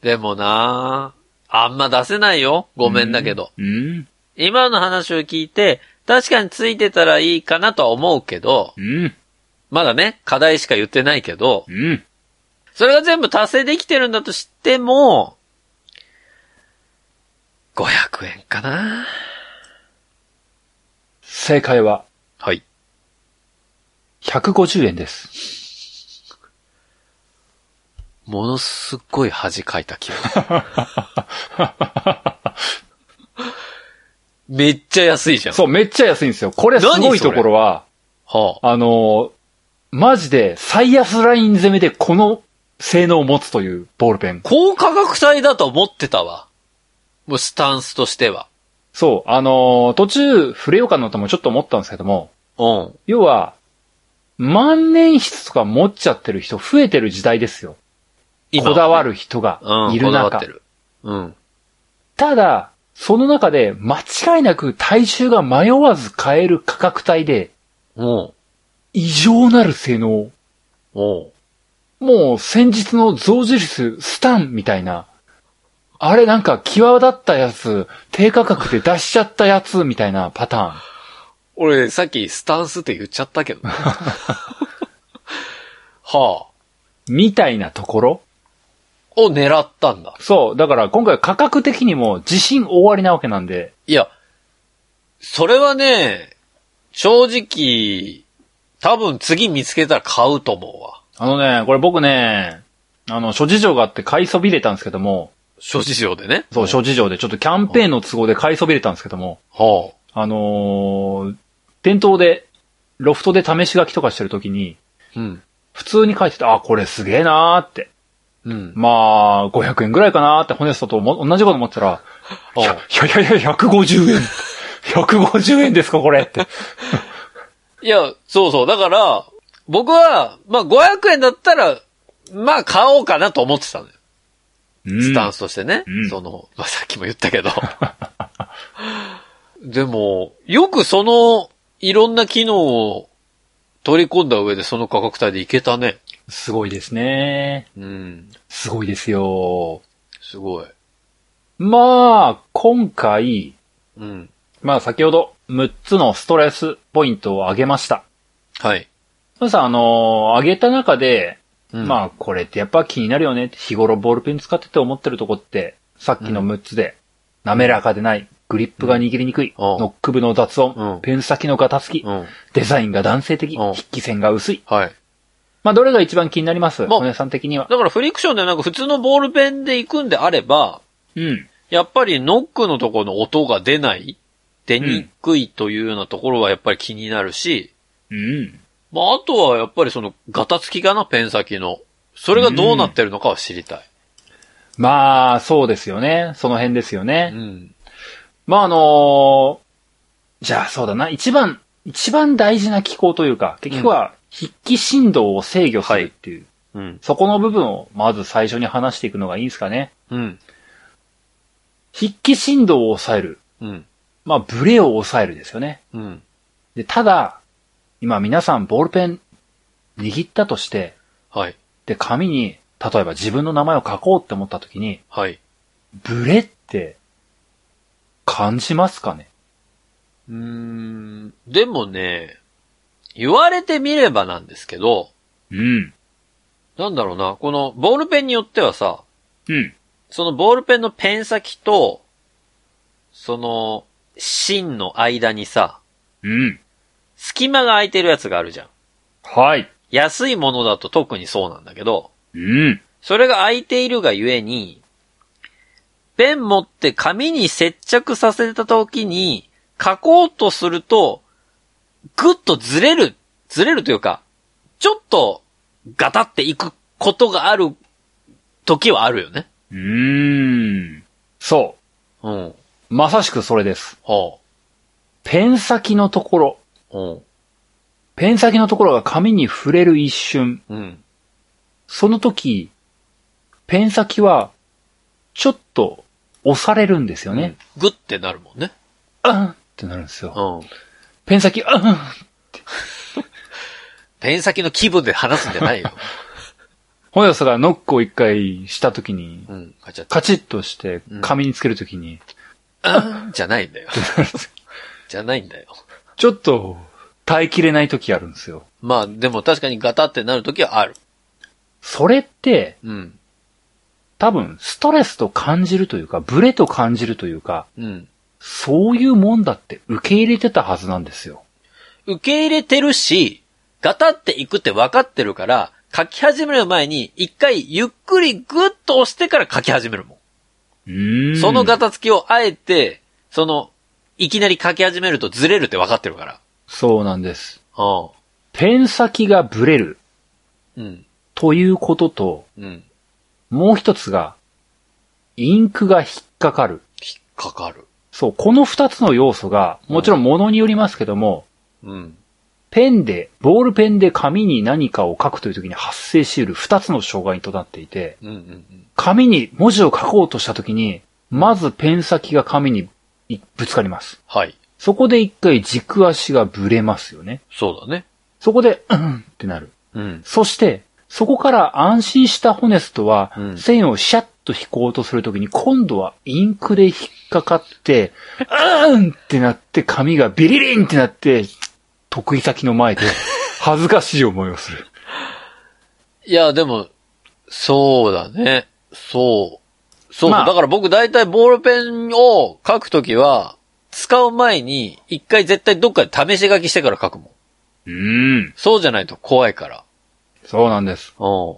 でもなあんま出せないよ。ごめんだけど。うん、今の話を聞いて、確かについてたらいいかなとは思うけど、うん、まだね、課題しか言ってないけど、うん。それが全部達成できてるんだとしても、500円かな正解ははい。 150円です。ものすっごい恥かいた気分。 めっちゃ安いじゃん。そう、めっちゃ安いんですよ。これすご何いそれところは、はあ、あのーマジで最安ライン攻めでこの性能を持つというボールペン。高価格帯だと思ってたわ。もうスタンスとしては。そう、あのー途中触れようかなともちょっと思ったんですけども、うん。要は、万年筆とか持っちゃってる人増えてる時代ですよ。こだわる人がうん、いるこだわ中。ってる。うん。ただ、その中で間違いなく体重が迷わず買える価格帯でおう異常なる性能。おうもう先日の象印スタンみたいな。あれなんか際立ったやつ、低価格で出しちゃったやつみたいなパターン。俺、さっきスタンスって言っちゃった けどね。はあ。みたいなところを狙ったんだ。そう。だから今回価格的にも自信大ありなわけなんで。いや、それはね、正直、多分次見つけたら買うと思うわ。あのね、これ僕ね、あの、諸事情があって買いそびれたんですけども、諸事情でね。そう、諸事情で、ちょっとキャンペーンの都合で買いそびれたんですけども、はあのー店頭で、ロフトで試し書きとかしてるときに、あ。うん。普通に書いてて、あ、これすげえなーって。うん。まあ、500円ぐらいかなーって、ホネストとも同じこと思ってたら、いや、いやいやいや、150円。150円ですか、これって。いや、そうそう。だから、僕は、まあ500円だったら、まあ買おうかなと思ってたのよ。スタンス。スとしてね。うんその、まあさっきも言ったけど。 でも、よくその、いろんな機能を取り込んだ上でその価格帯でいけたね。すごいですね。うん。すごいですよ。すごい。まあ、今回、うん。まあ先ほど6つのストレスポイントを挙げました。はい。そうさん、あのー挙げた中で、まあ、あこれってやっぱ気になるよね。日頃ボールペン使ってて思ってるとこって、さっきの6つで、滑らかでない、グリップが握りにくい、うんノック部の雑音、うんペン先のガタつき、うん。デザインが男性的、うん筆記線が薄い。はい。まあどれが一番気になりますまあお姉さん的には。だからフリクションでなんか普通のボールペンで行くんであれば、うん。やっぱりノックのところの音が出ない、出にくいというようなところはやっぱり気になるし、うん。まああとはやっぱりそのガタつきかな、ペン先の。それがどうなってるのかは知りたい。まあ、そうですよね。その辺ですよねう。ん。まああのーじゃあそうだな、一番、一番大事な機構というか、結局は筆記振動を制御するっていう、うん。そこの部分をまず最初に話していくのがいいんですかね。うん。筆記振動を抑える。うん。まあ、ブレを抑えるですよね。うん。で、ただ、今皆さんボールペン握ったとして、はい。で、紙に、例えば自分の名前を書こうって思った時に、はい。ブレって感じますかねうーん。でもね、言われてみればなんですけど、うん。なんだろうな、このボールペンによってはさ、うん。そのボールペンのペン先と、その、芯の間にさ、うん。隙間が空いてるやつがあるじゃん。はい。安いものだと特にそうなんだけど、うん。それが空いているがゆえに、ペン持って紙に接着させた時に、書こうとすると、ぐっとずれる、ずれるというか、ちょっとガタっていくことがある時はあるよね。うーん。そうん。う。まさしくそれです。はペン先のところ。あ。うん。ペン先のところが紙に触れる一瞬。うん。その時、ペン先は、ちょっと押されるんですよね。ぐってなるもんね。あんってなるんですよ。うん。ペン先、あんペン先の気分で話すんじゃ ないよ。本屋さんがノックを一回した時に、うん。買っちゃった。カチッとして紙につける時に、あーじゃないんだよ。 じゃないんだよ。ちょっと耐えきれない時あるんですよ。まあ、でも確かにガタってなる時はある。それって、うん。多分、ストレスと感じるというか、ブレと感じるというか、うん。そういうもんだって受け入れてたはずなんですよ。受け入れてるし、ガタっていくって分かってるから、書き始める前に、一回ゆっくりグッと押してから書き始めるもん。そのガがタつきをあえて、その、いきなり書き始めるとずれるって分かってるから。そうなんです。ああ。ペン先がブレるうん。ということと、うん。もう一つが、インクが引っかかる。引っかかる。そう、この二つの要素が、もちろん物によりますけども、うん。ペンで、ボールペンで紙に何かを書くという時に発生し得る二つの障害となっていて、うんうんうん。紙に文字を書こうとした時に、まずペン先が紙にいぶつかります。はい。そこで一回軸足がぶれますよね。そうだね。そこで、うんってなる。うん。そして、そこから安心したホネストはう、ん線をシャッと引こうとするときに、今度はインクで引っかかって、うんってなって、髪がビリリンってなって、得意先の前で、恥ずかしい思いをする。いや、でも、そうだね。そう。そう、まあだから僕大体ボールペンを書くときは、使う前に、一回絶対どっかで試し書きしてから書くもん。うん。そうじゃないと怖いから。そうなんです。う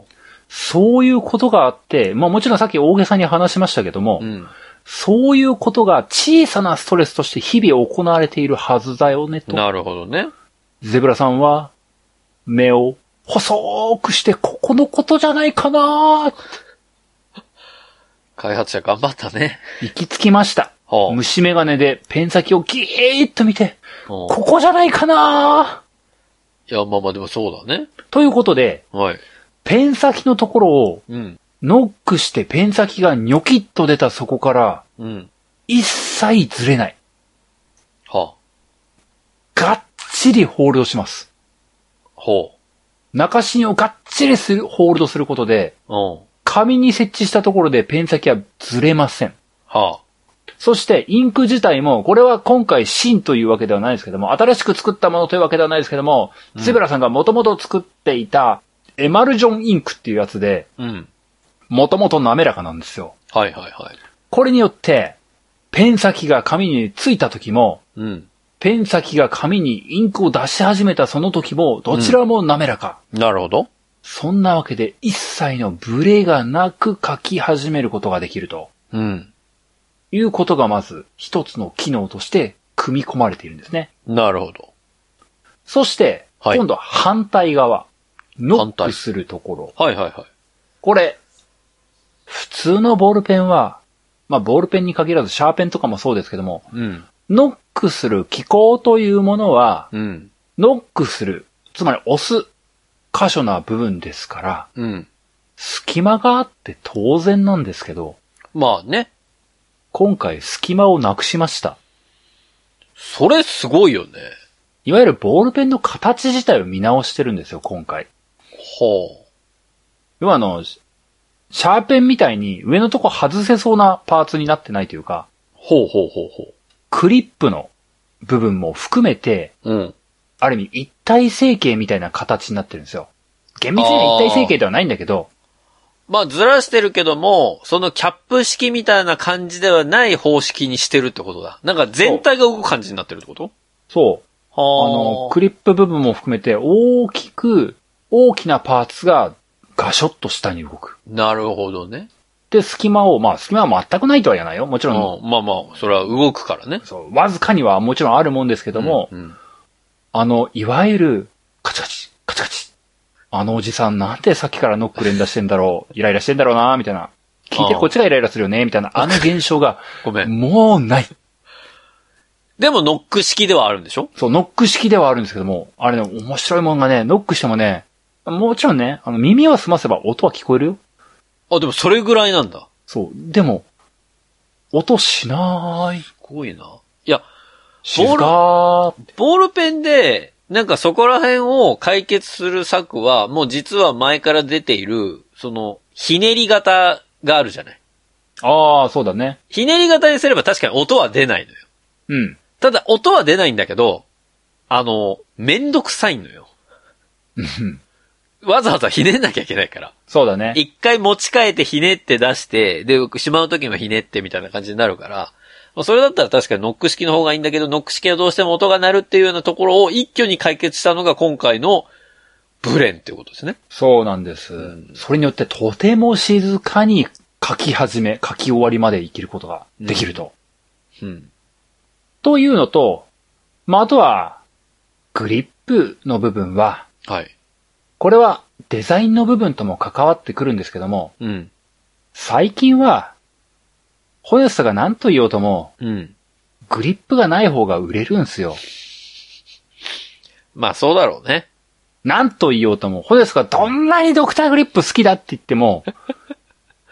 そういうことがあって、まあもちろんさっき大げさに話しましたけども、ん。うん。そういうことが小さなストレスとして日々行われているはずだよね、と。なるほどね。ゼブラさんは、目を細くして、ここのことじゃないかなー開発者頑張ったね。行き着きました。ほう。虫眼鏡でペン先をギーッと見て、ほうここじゃないかないや、まあまあでもそうだね。ーということで、はい。ペン先のところをうん。ノックしてペン先がニョキッと出たそこから、うん。一切ずれない。はがっちりホールドします。あ。ほ中芯をがっちりする、ホールドすることで、う。うん。は紙に設置したところでペン先はずれません。あ。そして、インク自体も、これは今回新というわけではないですけども、新しく作ったものというわけではないですけども、うんゼブラさんが元々作っていた、エマルジョンインクっていうやつで、うん。元々滑らかなんですよ。はいはいはい。これによって、ペン先が紙についた時も、うん。ペン先が紙にインクを出し始めたその時も、どちらも滑らか。なるほど。そんなわけで、一切のブレがなく書き始めることができるとうん。いうことがまず、一つの機能として組み込まれているんですね。なるほど。そして、はい今度は反対側。ノックするところ。はいはいはい。これ、普通のボールペンは、まあボールペンに限らずシャーペンとかもそうですけども、うん。ノックする機構というものは、うん。ノックする、つまり押す箇所な部分ですから、うん。隙間があって当然なんですけど、まあね。今回隙間をなくしました。それすごいよね。いわゆるボールペンの形自体を見直してるんですよ、今回。ほ要はあの、シシャーペンみたいに上のとこ外せそうなパーツになってないというか、う。ほうほうほうほクリップの部分も含めて、う。うん。ある意味一体成形みたいな形になってるんですよ。厳密には一体成形ではないんだけど、まあずらしてるけども、そのキャップ式みたいな感じではない方式にしてるってことだ。なんか全体が動く感じになってるってことそう。ああの、クリップ部分も含めて大きく、大きなパーツがガショッと下に動く。なるほどね。で、隙間を、まあ、隙間は全くないとは言わないよ。もちうろん。ん、まあまあ、それは動くからね。そう、わずかにはもちろんあるもんですけども、うんうんあの、いわゆる、カチカチ、カチカチ。あのおじさんなんでさっきからノック連打してんだろう、イライラしてんだろうな、みたいな。聞いてああこっちがイライラするよね、みたいな、あの現象が、ごめん。もうない。でもノック式ではあるんでしょそう、ノック式ではあるんですけども、あれね、面白いもんがね、ノックしてもね、もちろんね、あの、耳を澄ませば音は聞こえるよ。あ、でもそれぐらいなんだ。そう。でも、音しない。すごいな。いや、静かボールペンで、なんかそこら辺を解決する策は、もう実は前から出ている、その、ひねり型があるじゃない。ああ、そうだね。ひねり型にすれば確かに音は出ないのよ。うん。ただ、音は出ないんだけど、あの、めんどくさいのよ。うんわざわざひねんなきゃいけないから。そうだね。一回持ち替えてひねって出して、で、しまう時もひねってみたいな感じになるから、まあそれだったら確かにノック式の方がいいんだけど、ノック式はどうしても音が鳴るっていうようなところを一挙に解決したのが今回のブレンっていうことですね。そうなんです。んそれによってとても静かに書き始め、書き終わりまで生きることができると。うん。というのと、まあ、あとは、グリップの部分は、はい。これはデザインの部分とも関わってくるんですけども、うん。最近は、ホネストが何と言おうとも、うん。グリップがない方が売れるんすよ。まあそうだろうね。何と言おうとも、ホネストがどんなにドクターグリップ好きだって言っても、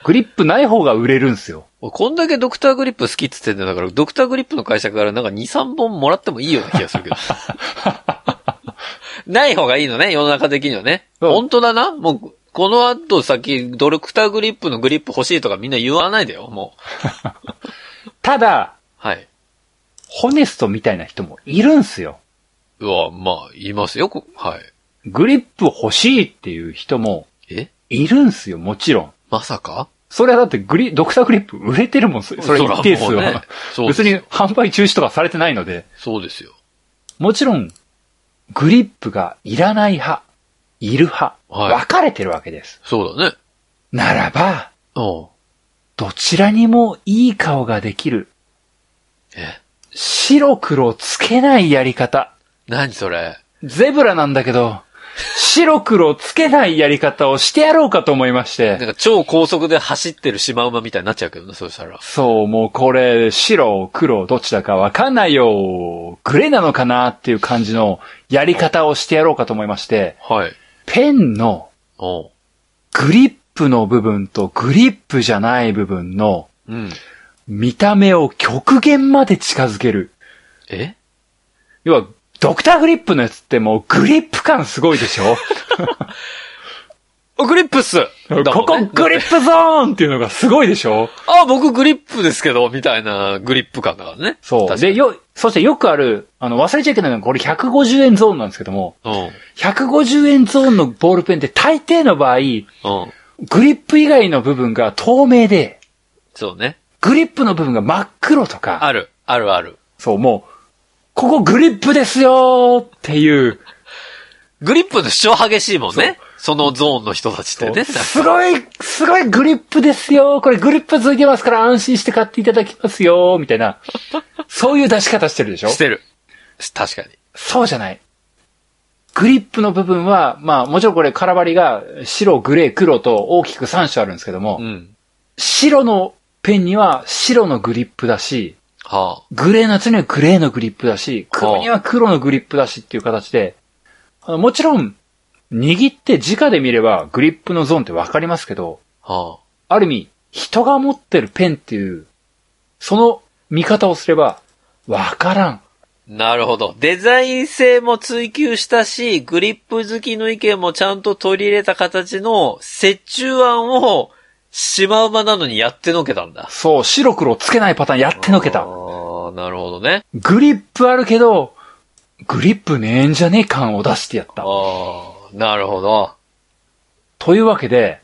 グリップない方が売れるんすよ。俺こんだけドクターグリップ好きって言ってんだから、ドクターグリップの会社からなんか2、3本もらってもいいような気がす るけど。ない方がいいのね、世の中的にはね。そう本当だな。もう、この後先、ドクターグリップのグリップ欲しいとかみんな言わないでよ、もう。ただ、はい。ホネストみたいな人もいるんすよ。うわ、まあ、言いますよ、こはい。グリップ欲しいっていう人もえいるんすよ、もちろん。まさかそれはだってグリ、ドクターグリップ売れてるもん、それそれ一定数そらもうは。ねそうです別に販売中止とかされてないので、そうですよ。もちろん、グリップがいらない派、いる派、はい分かれてるわけです。そうだね。ならば、うん。どちらにもいい顔ができる、え、白黒つけないやり方。何それ。ゼブラなんだけど、白黒つけないやり方をしてやろうかと思いましなんて。か超高速で走ってるシマウマみたいになっちゃうけどね、そうしたら。そう、もうこれ、白、黒、どっちだかわかんないよ。グレーなのかなっていう感じのやり方をしてやろうかと思いまして、はい。ペンのおグリップの部分とグリップじゃない部分のううん。見た目を極限まで近づける。え要は、ドクターグリップのやつってもうグリップ感すごいで しょグリップっすここグリップゾーンっていうのがすごいでしょあ、僕グリップですけど、みたいなグリップ感だからね。そう。確かで、によ、そしてよくある、あの、忘れちゃいけないのが、これ150円ゾーンなんですけども、うん。うん。 150円ゾーンのボールペンって大抵の場合、グリップ以外の部分が透明で、そうね。グリップの部分が真っ黒とか、ある。あるある。そう、もう、ここグリップですよーっていう、グリップの主張激しいもんね。そのゾーンの人たちってね。すごい、すごいグリップですよこれグリップついてますから安心して買っていただきますよみたいな。そういう出し方してるでしょ してる。確かに。そうじゃない。グリップの部分は、まあもちろんこれカラバリが白、グレー、黒と大きく3種あるんですけども、うん。白のペンには白のグリップだし、はグレーのやつにはグレーのグリップだし、黒には黒のグリップだしっていう形で、あのもちろん、握って直で見ればグリップのゾーンってわかりますけど、あ。はある意味、人が持ってるペンっていう、その見方をすれば、わからん。あ。なるほど。デザイン性も追求したし、グリップ好きの意見もちゃんと取り入れた形の折衷案をシマウマなのにやってのけたんだ。そう、白黒つけないパターンやってのけあた。あ、なるほどね。グリップあるけど、グリップねえんじゃねえ感を出してやった。ああ、なるほど。というわけで、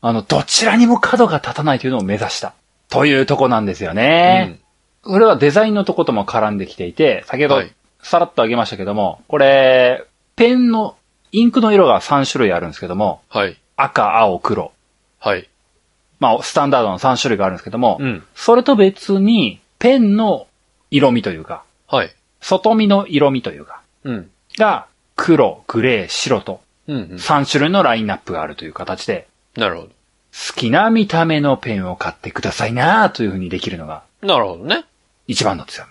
あの、どちらにも角が立たないというのを目指した。というとこなんですよね。これはデザインのとことも絡んできていて、先ほどはいさらっとあげましたけども、これ、ペンの、インクの色が3種類あるんですけども、はい。赤、青、黒。はい。まあ、スタンダードの3種類があるんですけども、うん。それと別に、ペンの色味というか、はい。外見の色味というか、うん。が、黒、グレー、白と、うん、うん。 3種類のラインナップがあるという形で、なるほ好きな見た目のペンを買ってくださいなというふうにできるのがど。なるほどね。一番の強み。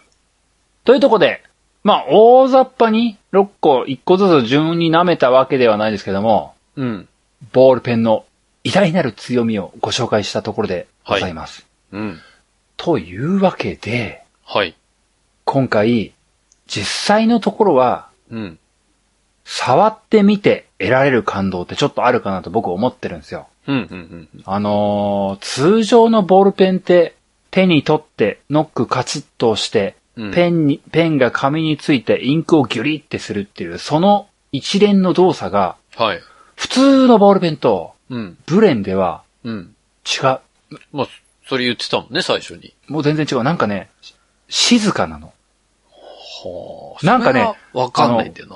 というとこで、まあ、大雑把に6個、1個ずつ順に舐めたわけではないですけども、うん。ボールペンの偉大なる強みをご紹介したところでございます。うん。というわけで、はい。今回、実際のところは、うん。触ってみて得られる感動ってちょっとあるかなと僕思ってるんですよ。うん、うん、うん。あのー通常のボールペンって、手に取って、ノックカチッと押して、うんペンに、ペンが紙についてインクをギュリってするっていう、その一連の動作が、はい。普通のボールペンとうん。ブレンではうん。違う。まあ、それ言ってたもんね、最初に。もう全然違う。なんかね、し静かなの。はなんかね、それはわかんないんだよな。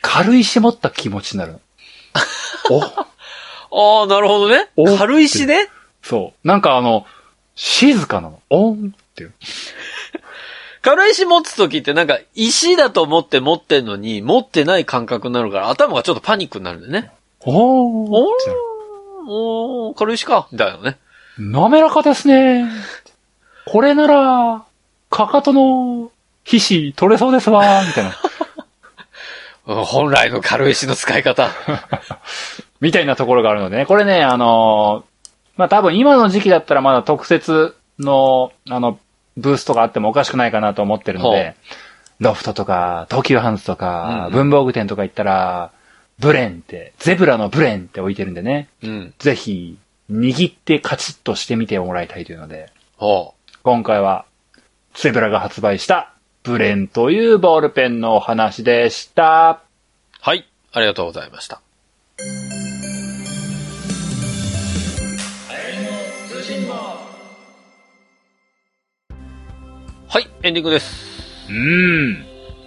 軽い絞った気持ち になるの。お、ああ、なるほどねお。軽石ね。そう。なんかあの、静かなの。おん。軽石持つときってなんか石だと思って持ってんのに持ってない感覚になるから頭がちょっとパニックになるんだよね。おーおーってなるおー、軽石か。みたいなね。滑らかですね。これなら、かかとの皮脂取れそうですわ、みたい な。うん本来の軽石の使い方。みたいなところがあるのでね。これね、あのーまあ、多分今の時期だったらまだ特設の、あの、ブースとかあってもおかしくないかなと思ってるのほで、ロフトとか、東急ハンズとうんうか、ん文房具店とか行ったら、ブレンって、ゼブラのブレンって置いてるんでね。うん。ぜひ、握ってカチッとしてみてもらいたいというので。は今回は、ゼブラが発売した、ブレンというボールペンのお話でした。あ。はい。ありがとうございました。はい、エンディングです。うん。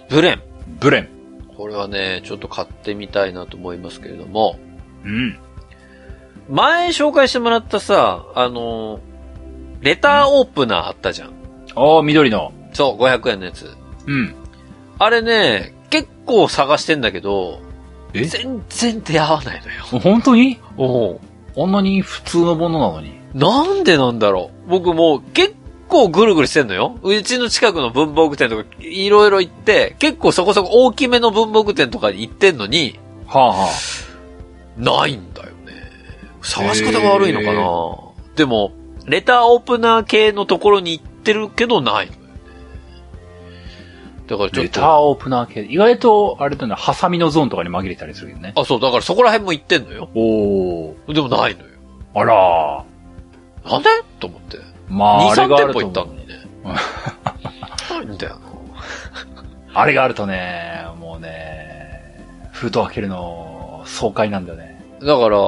ブレン。ブレン。これはね、ちょっと買ってみたいなと思いますけれども、うん。前紹介してもらったさ、あの、レターオープナーあったじゃん。おー、緑の。そう、500円のやつ。うん。あれね、結構探してんだけど、え全然出会わないのよ。本当におうあんなに普通のものなのに。なんでなんだろう。僕もう結構ぐるぐるしてんのよ。うちの近くの文房具店とかいろいろ行って、結構そこそこ大きめの文房具店とかに行ってんのに、はあはあ。ないんだよね。探し方が悪いのかな、でも、レターオープナー系のところに行ってるけどないのよね。だからちょっレタと、ーオープナー系。意外と、あれだね、ハサミのゾーンとかに紛れたりするよね。あ、そう、だからそこら辺も行ってんのよ。おー。でもないのよ。あらなんでと思って。ー。ま2、あ、あれ3が店ある舗と行ったのにね。 ないんだよな。あれがあるとね、もうね、封筒開けるの、爽快なんだよね。だから、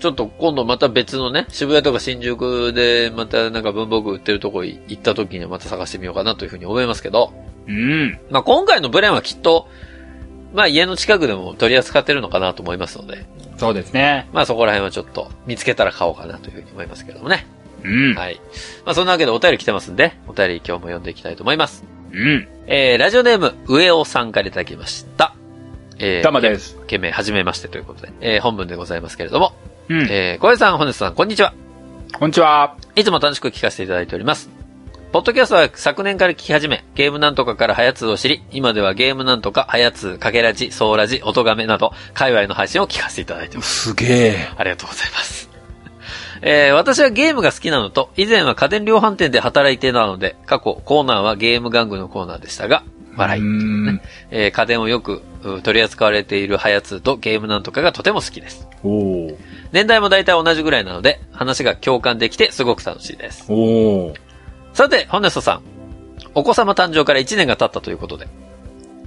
ちょっと今度また別のね、渋谷とか新宿でまたなんか文房具売ってるとこ行った時にはまた探してみようかなというふうに思いますけど、うん。まあ今回のブレンはきっと、まあ家の近くでも取り扱ってるのかなと思いますので、そうですね。まあそこら辺はちょっと見つけたら買おうかなというふうに思いますけどもね。うん。はい。まあそんなわけでお便り来てますんで、お便り今日も読んでいきたいと思います。うん。えー、ラジオネーム、上尾さんからいただきました。えダマー、です。懸命はじめましてということで、えー、本文でございますけれども、うん。えー、小江さん、本日さん、こんにちは。こんにちは。いつも楽しく聞かせていただいております。ポッドキャストは昨年から聞き始め、ゲームなんとかからハヤツーを知り、今ではゲームなんとか、ハヤツー、かけらじ、ソーラジ、音がめなど、界隈の配信を聞かせていただいてます。すげえ。ありがとうございます。 えー私はゲームが好きなのと、以前は家電量販店で働いていたので、過去コーナーはゲーム玩具のコーナーでしたが、笑い。うん。えー家電をよくう取り扱われているハヤツーとゲームなんとかがとても好きです。おお年代も大体同じぐらいなので、話が共感できてすごく楽しいです。おおさて、ホネストさん。お子様誕生から1年が経ったということで、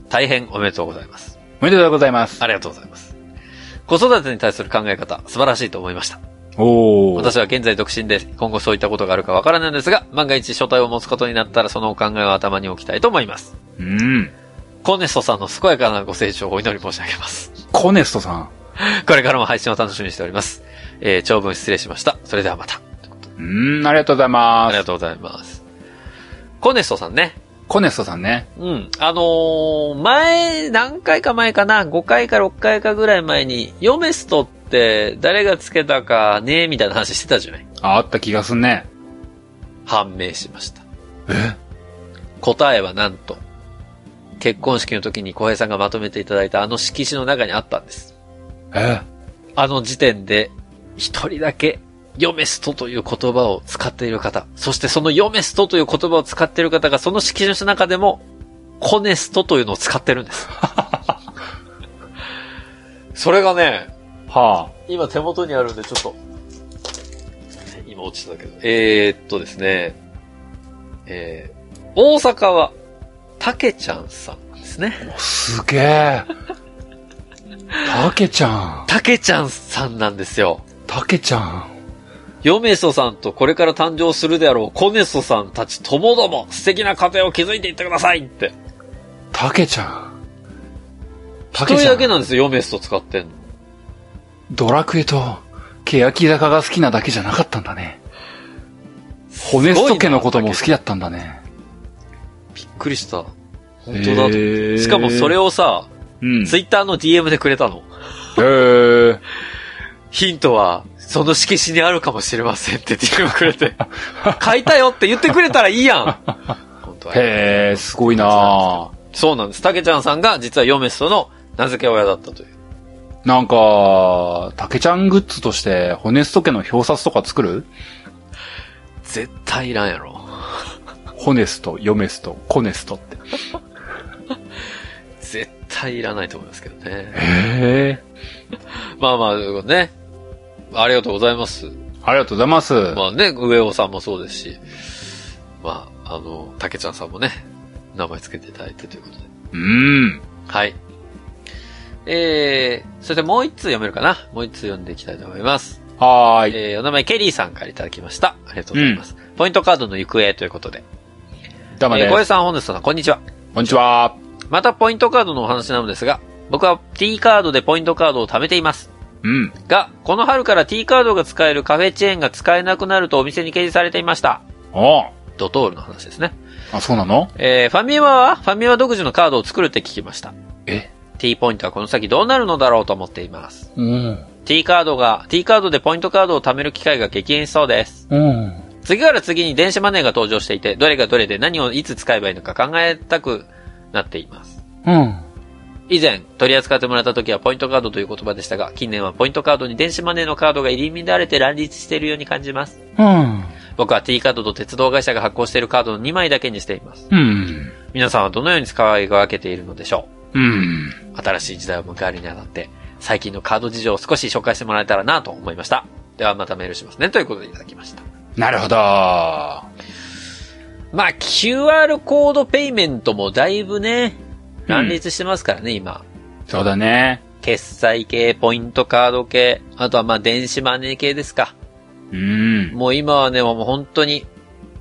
大変おめでとうございます。おめでとうございます。ありがとうございます。子育てに対する考え方、素晴らしいと思いました。おお私は現在独身で、今後そういったことがあるかわからないのですが、万が一書体を持つことになったらそのお考えは頭に置きたいと思います。うん。コネソさんの健やかなご成長をお祈り申し上げます。 コネストさん。これからも配信を楽しみにしております。えー長文失礼しました。それではまた。うーん、ありがとうございあまりがす。とうございます。コネストさんね。コネストさんね。うん。あのー前、何回か前かな、5回か6回かぐらい前に、ヨメストって誰がつけたかねみたいな話してたじゃないあ、あった気がすんね。判明しました。答えはなんと、結婚式の時に小平さんがまとめていただいたあの色紙の中にあったんです。えあの時点で、一人だけ、ヨメストという言葉を使っている方、そしてそのヨメストという言葉を使っている方が、その式辞の中でも、コネストというのを使ってるんです。 それがね、は今手元にあるんで、ちょっと、今落ちてたけど、えー、っとですね、えー、大阪は、たけちゃんさんなんですね。あ。すげ え。たけちゃん。たけちゃんさんなんですよ。たけちゃん。ヨメソさんとこれから誕生するであろうコネソさんたちともども素敵な家庭を築いていってくださいって。たけちゃん。た一人だけん。なんですよ、ヨメソ使ってんの。ドラクエと、欅坂が好きなだけじゃなかったんだね。ホネスト家のことも好きだったんだね。びっくりした。本本当だと。しかもそれを、をさ、うん。ツイッターの DM でくれたの。へーヒントは、その色紙にあるかもしれませんって DM くれ て。買いたよって言ってくれたらいいやん。本当はへえ、すごいなそうなんです。たけちゃんさんが実はヨメソの名付け親だったという。なんか、たけちゃんグッズとして、ホネスト家の表札とか作る絶対いらんやろ。ホネスト、ヨメスト、コネストって。絶対いらないと思いますけどね。へえ。まあまあ、ということでね。ありがとうございます。ありがとうございます。まあね、上尾さんもそうですし、まあ、あの、竹ちゃんさんもね、名前つけていただいてということで。うん。はい。えー、そしてもう一通読めるかなもう一通読んでいきたいと思います。はーい。えー、お名前ケリーさんからいただきました。ありがとうございます。ポイントカードの行方ということで。ダマえでー、す。小江さん、本日さん、こんにちは。こんにちは。またポイントカードのお話なのですが、僕は T カードでポイントカードを貯めています。うん。が、この春から T カードが使えるカフェチェーンが使えなくなるとお店に掲示されていました。あドトールの話ですね。あ。あ、そうなのえー、ファミマはファミマ独自のカードを作るって聞きました。え T ポイントはこの先どうなるのだろうと思っています。うん。 T カードが、T カードでポイントカードを貯める機会が激減しそうです。うん。次から次に電子マネーが登場していて、どれがどれで何をいつ使えばいいのか考えたくなっています。うん。以前、取り扱ってもらった時はポイントカードという言葉でしたが、近年はポイントカードに電子マネーのカードが入り乱れて乱立しているように感じます。うん。僕は T カードと鉄道会社が発行しているカードの2枚だけにしています。うん。皆さんはどのように使い分けているのでしょうん。う新しい時代を迎えるにあたって、最近のカード事情を少し紹介してもらえたらなと思いました。ではまたメールしますね。ということでいただきました。なるほど。まあ、QR コードペイメントもだいぶね、乱立してますからね、今。そうだね。決済系、ポイントカード系、あとはまあ電子マネー系ですか。うん。もう今はね、もう本当に、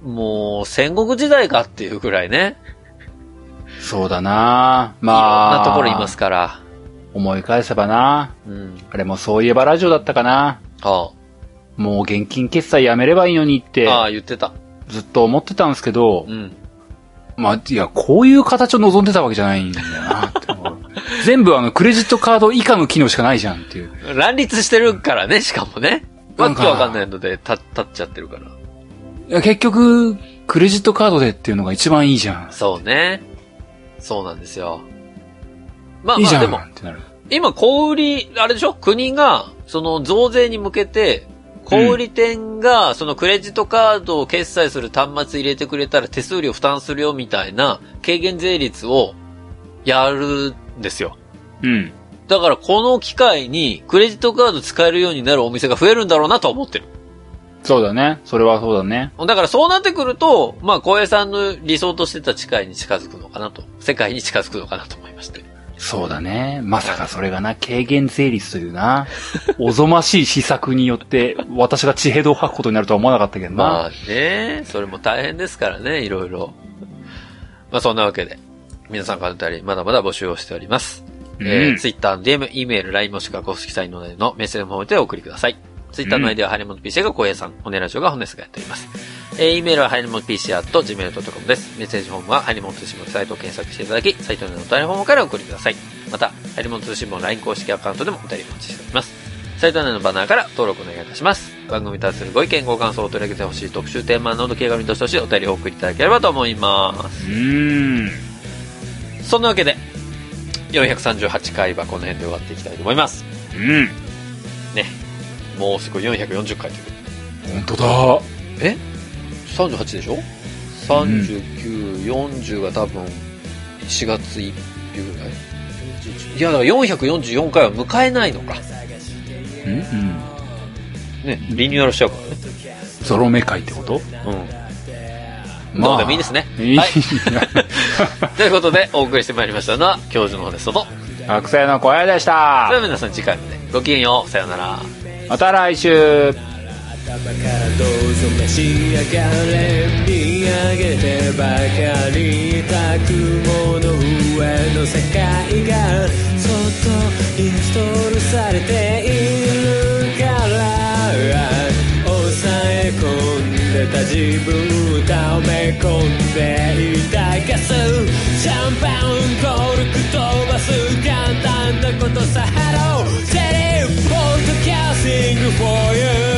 もう戦国時代かっていうくらいね、そうだな。いろんまあ。なところいますから。思い返せばな。うん。あれもそういえばラジオだったかな。あもう現金決済やめればいいのにってあ、ああ、言ってた。ずっと思ってたんですけどう、ん。まあ、いや、こういう形を望んでたわけじゃないんだよなって思 う全部あの、クレジットカード以下の機能しかないじゃんっていう。乱立してるからね、しかもね。なわんけかわかんないので、た、立っちゃってるから。いや結局、クレジットカードでっていうのが一番いいじゃん。そうね。そうなんですよ。まあいいまじあ、ゃでんも、ってなる。今、小売り、あれでしょ国が、その増税に向けて、小売店が、そのクレジットカードを決済する端末入れてくれたら手数料負担するよみたいな軽減税率をやるんですよ。うん。だからこの機会にクレジットカード使えるようになるお店が増えるんだろうなとは思ってる。そうだね。それはそうだね。だからそうなってくると、まあ、小江さんの理想としてた近いに近づくのかなと、世界に近づくのかなと思いまして。そうだね。まさかそれがな、軽減税率とい うな、おぞましい施策によって、私が地平道を吐くことになるとは思わなかったけどな。まあね、それも大変ですからね、いろいろ。まあそんなわけで。皆さんからのお便り、まだまだ募集をしております。うんえー、Twitter の DM、E メール、LINE もしくは公式サイトでのメッセージもてお送りください。Twitter の ID はハレモノ PC が小平さん、ホネラジオがホネスがやっております。えー、E メールはハレモノ PC アット gmail.com です。メッセージフォームはハレモノ通信簿サイトを検索していただき、サイト内のお便りフォームからお送りください。また、ハレモノ通信簿の LINE 公式アカウントでもお便りお待ちしております。サイト内のバナーから登録お願いいたします。番組に対するご意見、ご感想を取り上げてほしい特集テーマなど気軽にどしどしお便りをお送りいただければと思います。うん。そんなわけで、438回はこの辺で終わっていきたいと思います。うん。ね。もうすぐ440回というこ本当だ。とで。38でしょ ?39、40が多分、4月1日ぐらい。41いや、だから444回は迎えないのか。うんうん。ね。リニューアルしちゃうからね。ゾロ目会ってことうん。まあどうでもいいですね。いいはい。 ということで、お送りしてまいりましたのは、教授の方です。どうぞ。学生の小屋でしそれた。では皆さん次回まで。ごきげんよう。さようなら。また来週。頭からどうぞ召し上がれ見上げてばかりいた雲の上の世界がそっとインストールされているから抑え込んでた自分を溜め込んでいたガスシャンパンコルク飛ばす簡単なことさハローセリフポンドキャスティング for you